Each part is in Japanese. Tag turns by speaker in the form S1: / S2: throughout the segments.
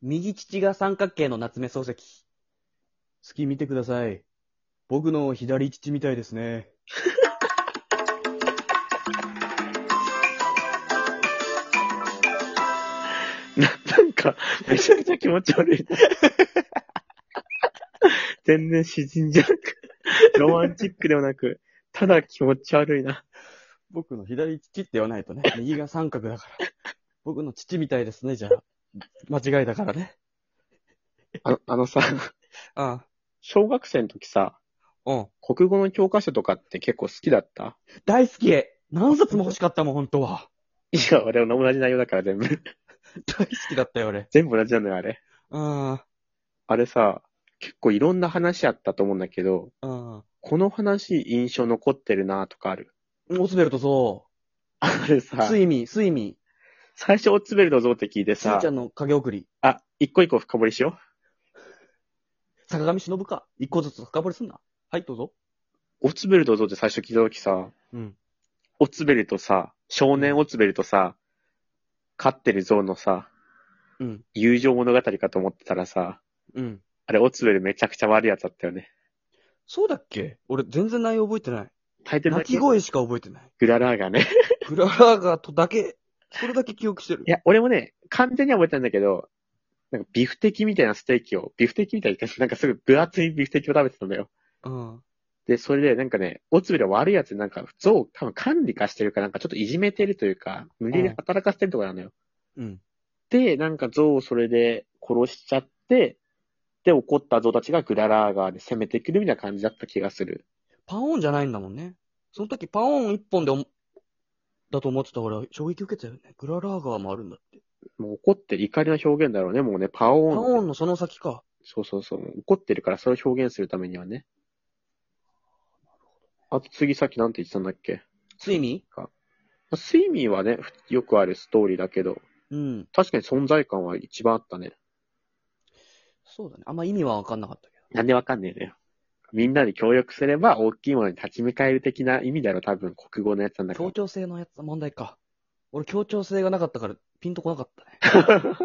S1: 右乳が三角形の夏目漱石。
S2: 月見てください。僕の左父みたいですね。
S3: な、なんか、めちゃくちゃ気持ち悪 い。全然詩人じゃなく、ロマンチックでもなく、ただ気持ち悪いな。
S2: 僕の左父って言わないとね、右が三角だ から。僕の父みたいですね、じゃあ。間違いだからね。
S3: あのあのさ、
S1: あ
S3: 小学生の時さ、
S1: あ、うん。
S3: 国語の教科書とかって結構好きだった
S2: 大好き何冊も欲しかったもん、本当は。
S3: いや、俺も同じ内容だから全部。
S2: 大好きだったよ、俺。
S3: 全部同じなのよ、あれ。
S2: うん。
S3: あれさ、結構いろんな話あったと思うんだけど、
S2: うん。
S3: この話印象残ってるなとかある。
S2: オスベルトそ
S3: あれ
S2: う。
S3: さ、
S2: スイミー、スイミ
S3: 最初オツベルド像って聞いて
S2: ー。スイ
S3: さ
S2: ちゃ、んの影送り。
S3: あ、一個一個深掘りしよ
S2: 坂上忍か。一個ずつ深掘りすんな。はい、どうぞ。
S3: う。オツベルド像って最初聞いた時さ、
S2: うん。
S3: オツベルとさ、少年オツベルとさ、飼ってる像のさ、
S2: うん。
S3: 友情物語かと思ってたらさ、
S2: うん。
S3: あれオツベルめちゃくちゃ悪いやつだったよね。
S2: そうだっけ俺全然内容覚えてない。
S3: タイトルだ
S2: 泣
S3: け
S2: き声しか覚えて ない。
S3: グララーがね。
S2: フラワーガーとだけ、それだけ記憶してる
S3: い。や、俺もね、完全には覚えてないんだけど、なんかビフテキみたいなステーキを、ビフテキみたいな、なんかすごい分厚いビフテキを食べてたんだよ。
S2: うん。
S3: で、それでなんかね、オツベルは悪いやつでなんか、像を多分管理化してるかなんかちょっといじめてるというか、無理やり働かせてるとかなのよ。
S2: うん。
S3: で、なんか象をそれで殺しちゃって、で、怒った象たちがグララーガーで攻めてくるみたいな感じだった気がする。
S2: パンオンじゃないんだもんね。その時パンオン一本でおも、だと思ってた俺は衝撃受けたよね。グララーガーもあるんだって。
S3: もう怒ってる怒りの表現だろうね、もうね、パオ
S2: パン
S3: ーン。
S2: オンのその先か。
S3: そうそうそう、もう怒ってるからそれを表現するためにはね。あと次さっきなんて言ってたんだっけ
S2: ついに
S3: まあスイミーはね、ふよくあるストーリーだけど、
S2: うん。
S3: 確かに存在感は一番あったね。
S2: そうだね。あんま意味はわかんなかったけ
S3: なんでわかんねえのよ。みんなで協力すれば大きいものに立ち向かえる的な意味だろ、多分、国語のやつなんだ
S2: ど。
S3: から
S2: 協。調性のやつ、問題か。俺協調性がなかったからピンとこなかったね。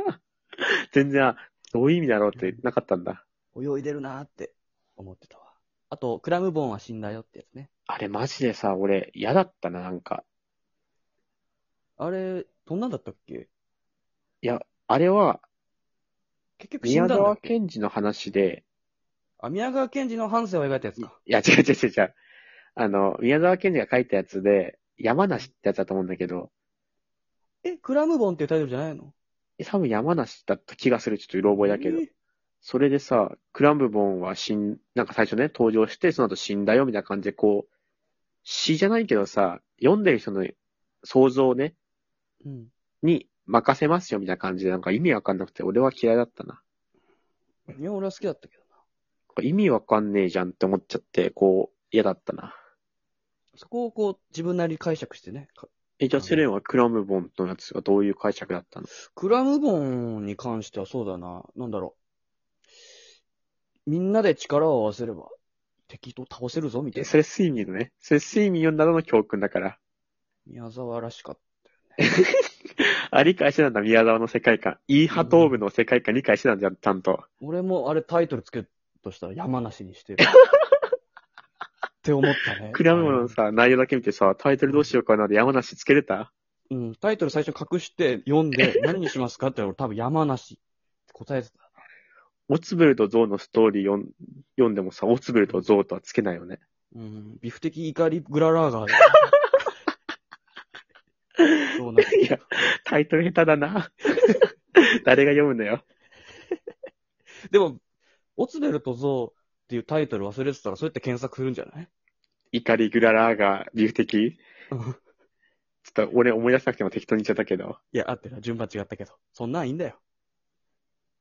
S3: 全然、あどういう意味だろうってなかったんだ。
S2: 泳いでるなーって思ってたわ。あと、クラムボーンは死んだよってやつね。
S3: あれマジでさ、俺嫌だったな、なんか。
S2: あれ、どんなんだったっけ
S3: いや、あれは、
S2: 結局死んだ
S3: 宮
S2: んだっけ
S3: 沢賢治の話で、
S2: あ、宮川賢治の半生を描いたやつか。
S3: いや、違う違う違う違う。あの、宮沢賢治が書いたやつで、山梨ってやつだと思うんだけど、
S2: え、クラムボンっていうタイトルじゃないの
S3: 多分山梨だった気がする、ちょっとうろ覚えだけど。
S2: え
S3: それでさ、クランブボンは死ん、なんか最初ね、登場して、その後死んだよ、みたいな感じで、こう、詩じゃないけどさ、読んでる人の想像をね、
S2: ーうん。
S3: に任せますよみたいな感じで、なんか意味わかんなくて、俺は嫌いだったな。
S2: いや、俺は好きだったけどな。
S3: これ意味わかんねえじゃんって思っちゃって、こう、嫌だったな。
S2: そこをこう、自分なりに解釈してね。か
S3: え、じゃあセレンはクラムボンのやつはどういう解釈だったの
S2: クラムボンに関してはそうだな。なんだろう。みんなで力を合わせれば、敵と倒せるぞ、みたい
S3: え、
S2: な。
S3: それ睡眠のね。それ睡眠読んだのの教訓だから。
S2: 宮沢らしかっ
S3: あ、理解してたんだ、宮沢の世界観。イーハトーブの世界観理解してたんじゃん、ちゃんと。
S2: た。俺もあれタイトルつけるとしたら山梨にしてる。って思ったね。
S3: クラムボンのさ、内容だけ見てさ、タイトルどうしようかなって山梨つけれた
S2: うん、タイトル最初隠して読んで、何にしますかって俺多分山梨って答えてた。
S3: オツベルとゾウのストーリー読ん読んでもさ、オツベルとゾウとはつけないよね。
S2: うん、ビフ的怒りグララーガーで。 そうなんだ
S3: いや、タイトル下手だな。 誰が読むんだよ。
S2: でも、オツベルとゾウっていうタイトル忘れてたら、そうやって検索するんじゃない
S3: 怒りグララーがビューティキ
S2: うん
S3: ちょっと俺思い出せなくても適当に言っちゃったけ ど。
S2: いや、合ってる。順番違ったけど。そんなんいいんだよ。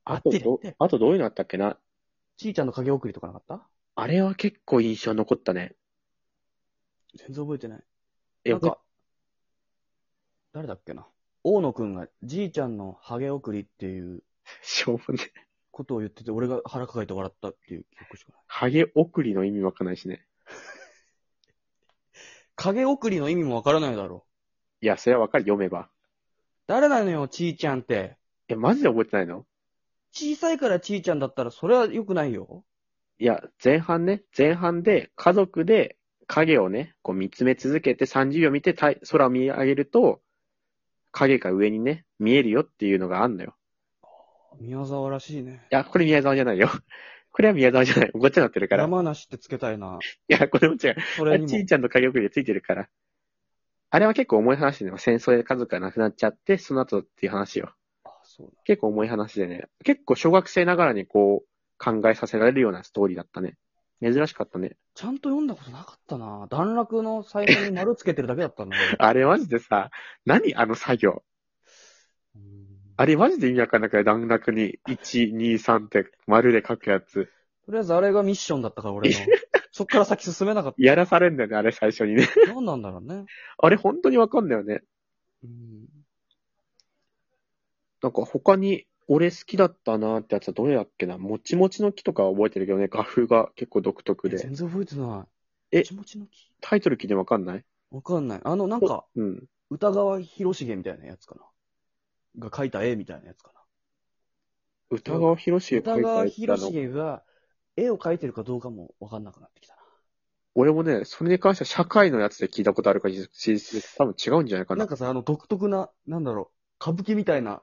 S2: 合
S3: あ
S2: っ
S3: と
S2: てる
S3: ど
S2: って。、
S3: あとどういうのあったっけな
S2: ちーちゃんの影送りとかなかった
S3: あれは結構印象残ったね。
S2: 全然覚えてない。
S3: え、
S2: なんか、誰だっけな。大野くんが、じいちゃんのハゲ送りっていう
S3: しょうもね。
S2: ことを言ってて、俺が腹抱えて笑ったっていう記憶しかない。
S3: ハゲ送りの意味わかんないしね。
S2: 影送りの意味もわからないだろう。
S3: いや、それはわかる、読めば。
S2: 誰なのよ、ちーちゃんって。
S3: え、マジで覚えてないの
S2: 小さいからちいちゃんだったら、それは良くないよ。
S3: いや、前半ね、前半で家族で影をね、こう見つめ続けて30秒見て太空を見上げると、影が上にね、見えるよっていうのがあんのよ。
S2: 宮沢らしいね。
S3: いや、これ宮沢じゃないよ。これは宮沢じゃない。ごっちゃになってるから。い
S2: 山梨ってつけたいな。
S3: や、これも違う。
S2: それに
S3: ちい
S2: も。
S3: ちゃんと影送りでついてるから。あれは結構重い話でね、戦争で家族が亡くなっちゃって、その後っていう話よ。
S2: あ、そうだ。
S3: 結構重い話でね、結構小学生ながらにこう、考えさせられるようなストーリーだったね。珍しかったね。
S2: ちゃんと読んだことなかったな。段落の最初に丸つけてるだけだ ったんだ
S3: あれマジでさ、何あの作業。
S2: うん
S3: あれマジで意味わかんなくない段落に、1、2、3って丸で書くやつ。
S2: とりあえずあれがミッションだったから、俺の。そっから先進めなかっ
S3: やらされんだよね、あれ最初にね。
S2: た。何なんだろうね。
S3: あれ本当にわかんないよね。
S2: うん。
S3: なんか他に、俺好きだったなーってやつはどれだっけなもちもちの木とかは覚えてるけどね、画風が結構独特で。
S2: 全然覚えてない。
S3: え
S2: もちもちの木
S3: タイトル聞いてもわかんない
S2: わかんない。あの、なんか、
S3: うん。
S2: 歌川広重みたいなやつかな。が描いた絵みたいなやつか
S3: 歌川広
S2: な。
S3: 重
S2: 歌川
S3: 描いたやつ
S2: 広
S3: だの。
S2: 重が絵を描いてるかどうかもわかんなくなってきたな。
S3: 俺もね、それに関しては社会のやつで聞いたことあるから、事実多分違うんじゃないかな。
S2: なんかさ、あの独特な、なんだろう、歌舞伎みたいな、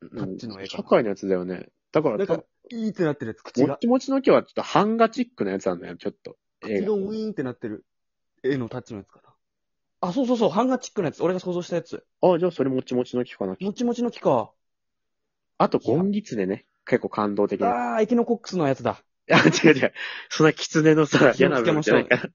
S3: うん
S2: タッチの絵かな
S3: 社会のやつだよね。だから、
S2: なんか、いいってなってるやつ、口
S3: も
S2: が
S3: っ。ちもちの木はちょっとハンガチックなやつなんだよ、ちょっと。
S2: 口がウィーンってなってる絵のタッチのやつかな。あ、そうそうそう、ハンガーチックなやつ。俺が想像したやつ。
S3: あ、じゃあそれもちもちの木かな。
S2: もちもちの木か。
S3: あと、ゴンギツネね。結構感動的な。
S2: あー、エキノコックスのやつだ。
S3: あ、違う違う。そんな狐のさ、
S2: 気
S3: 嫌
S2: を
S3: な
S2: つけ
S3: 部分
S2: まし
S3: じ
S2: ょう
S3: ゃないから。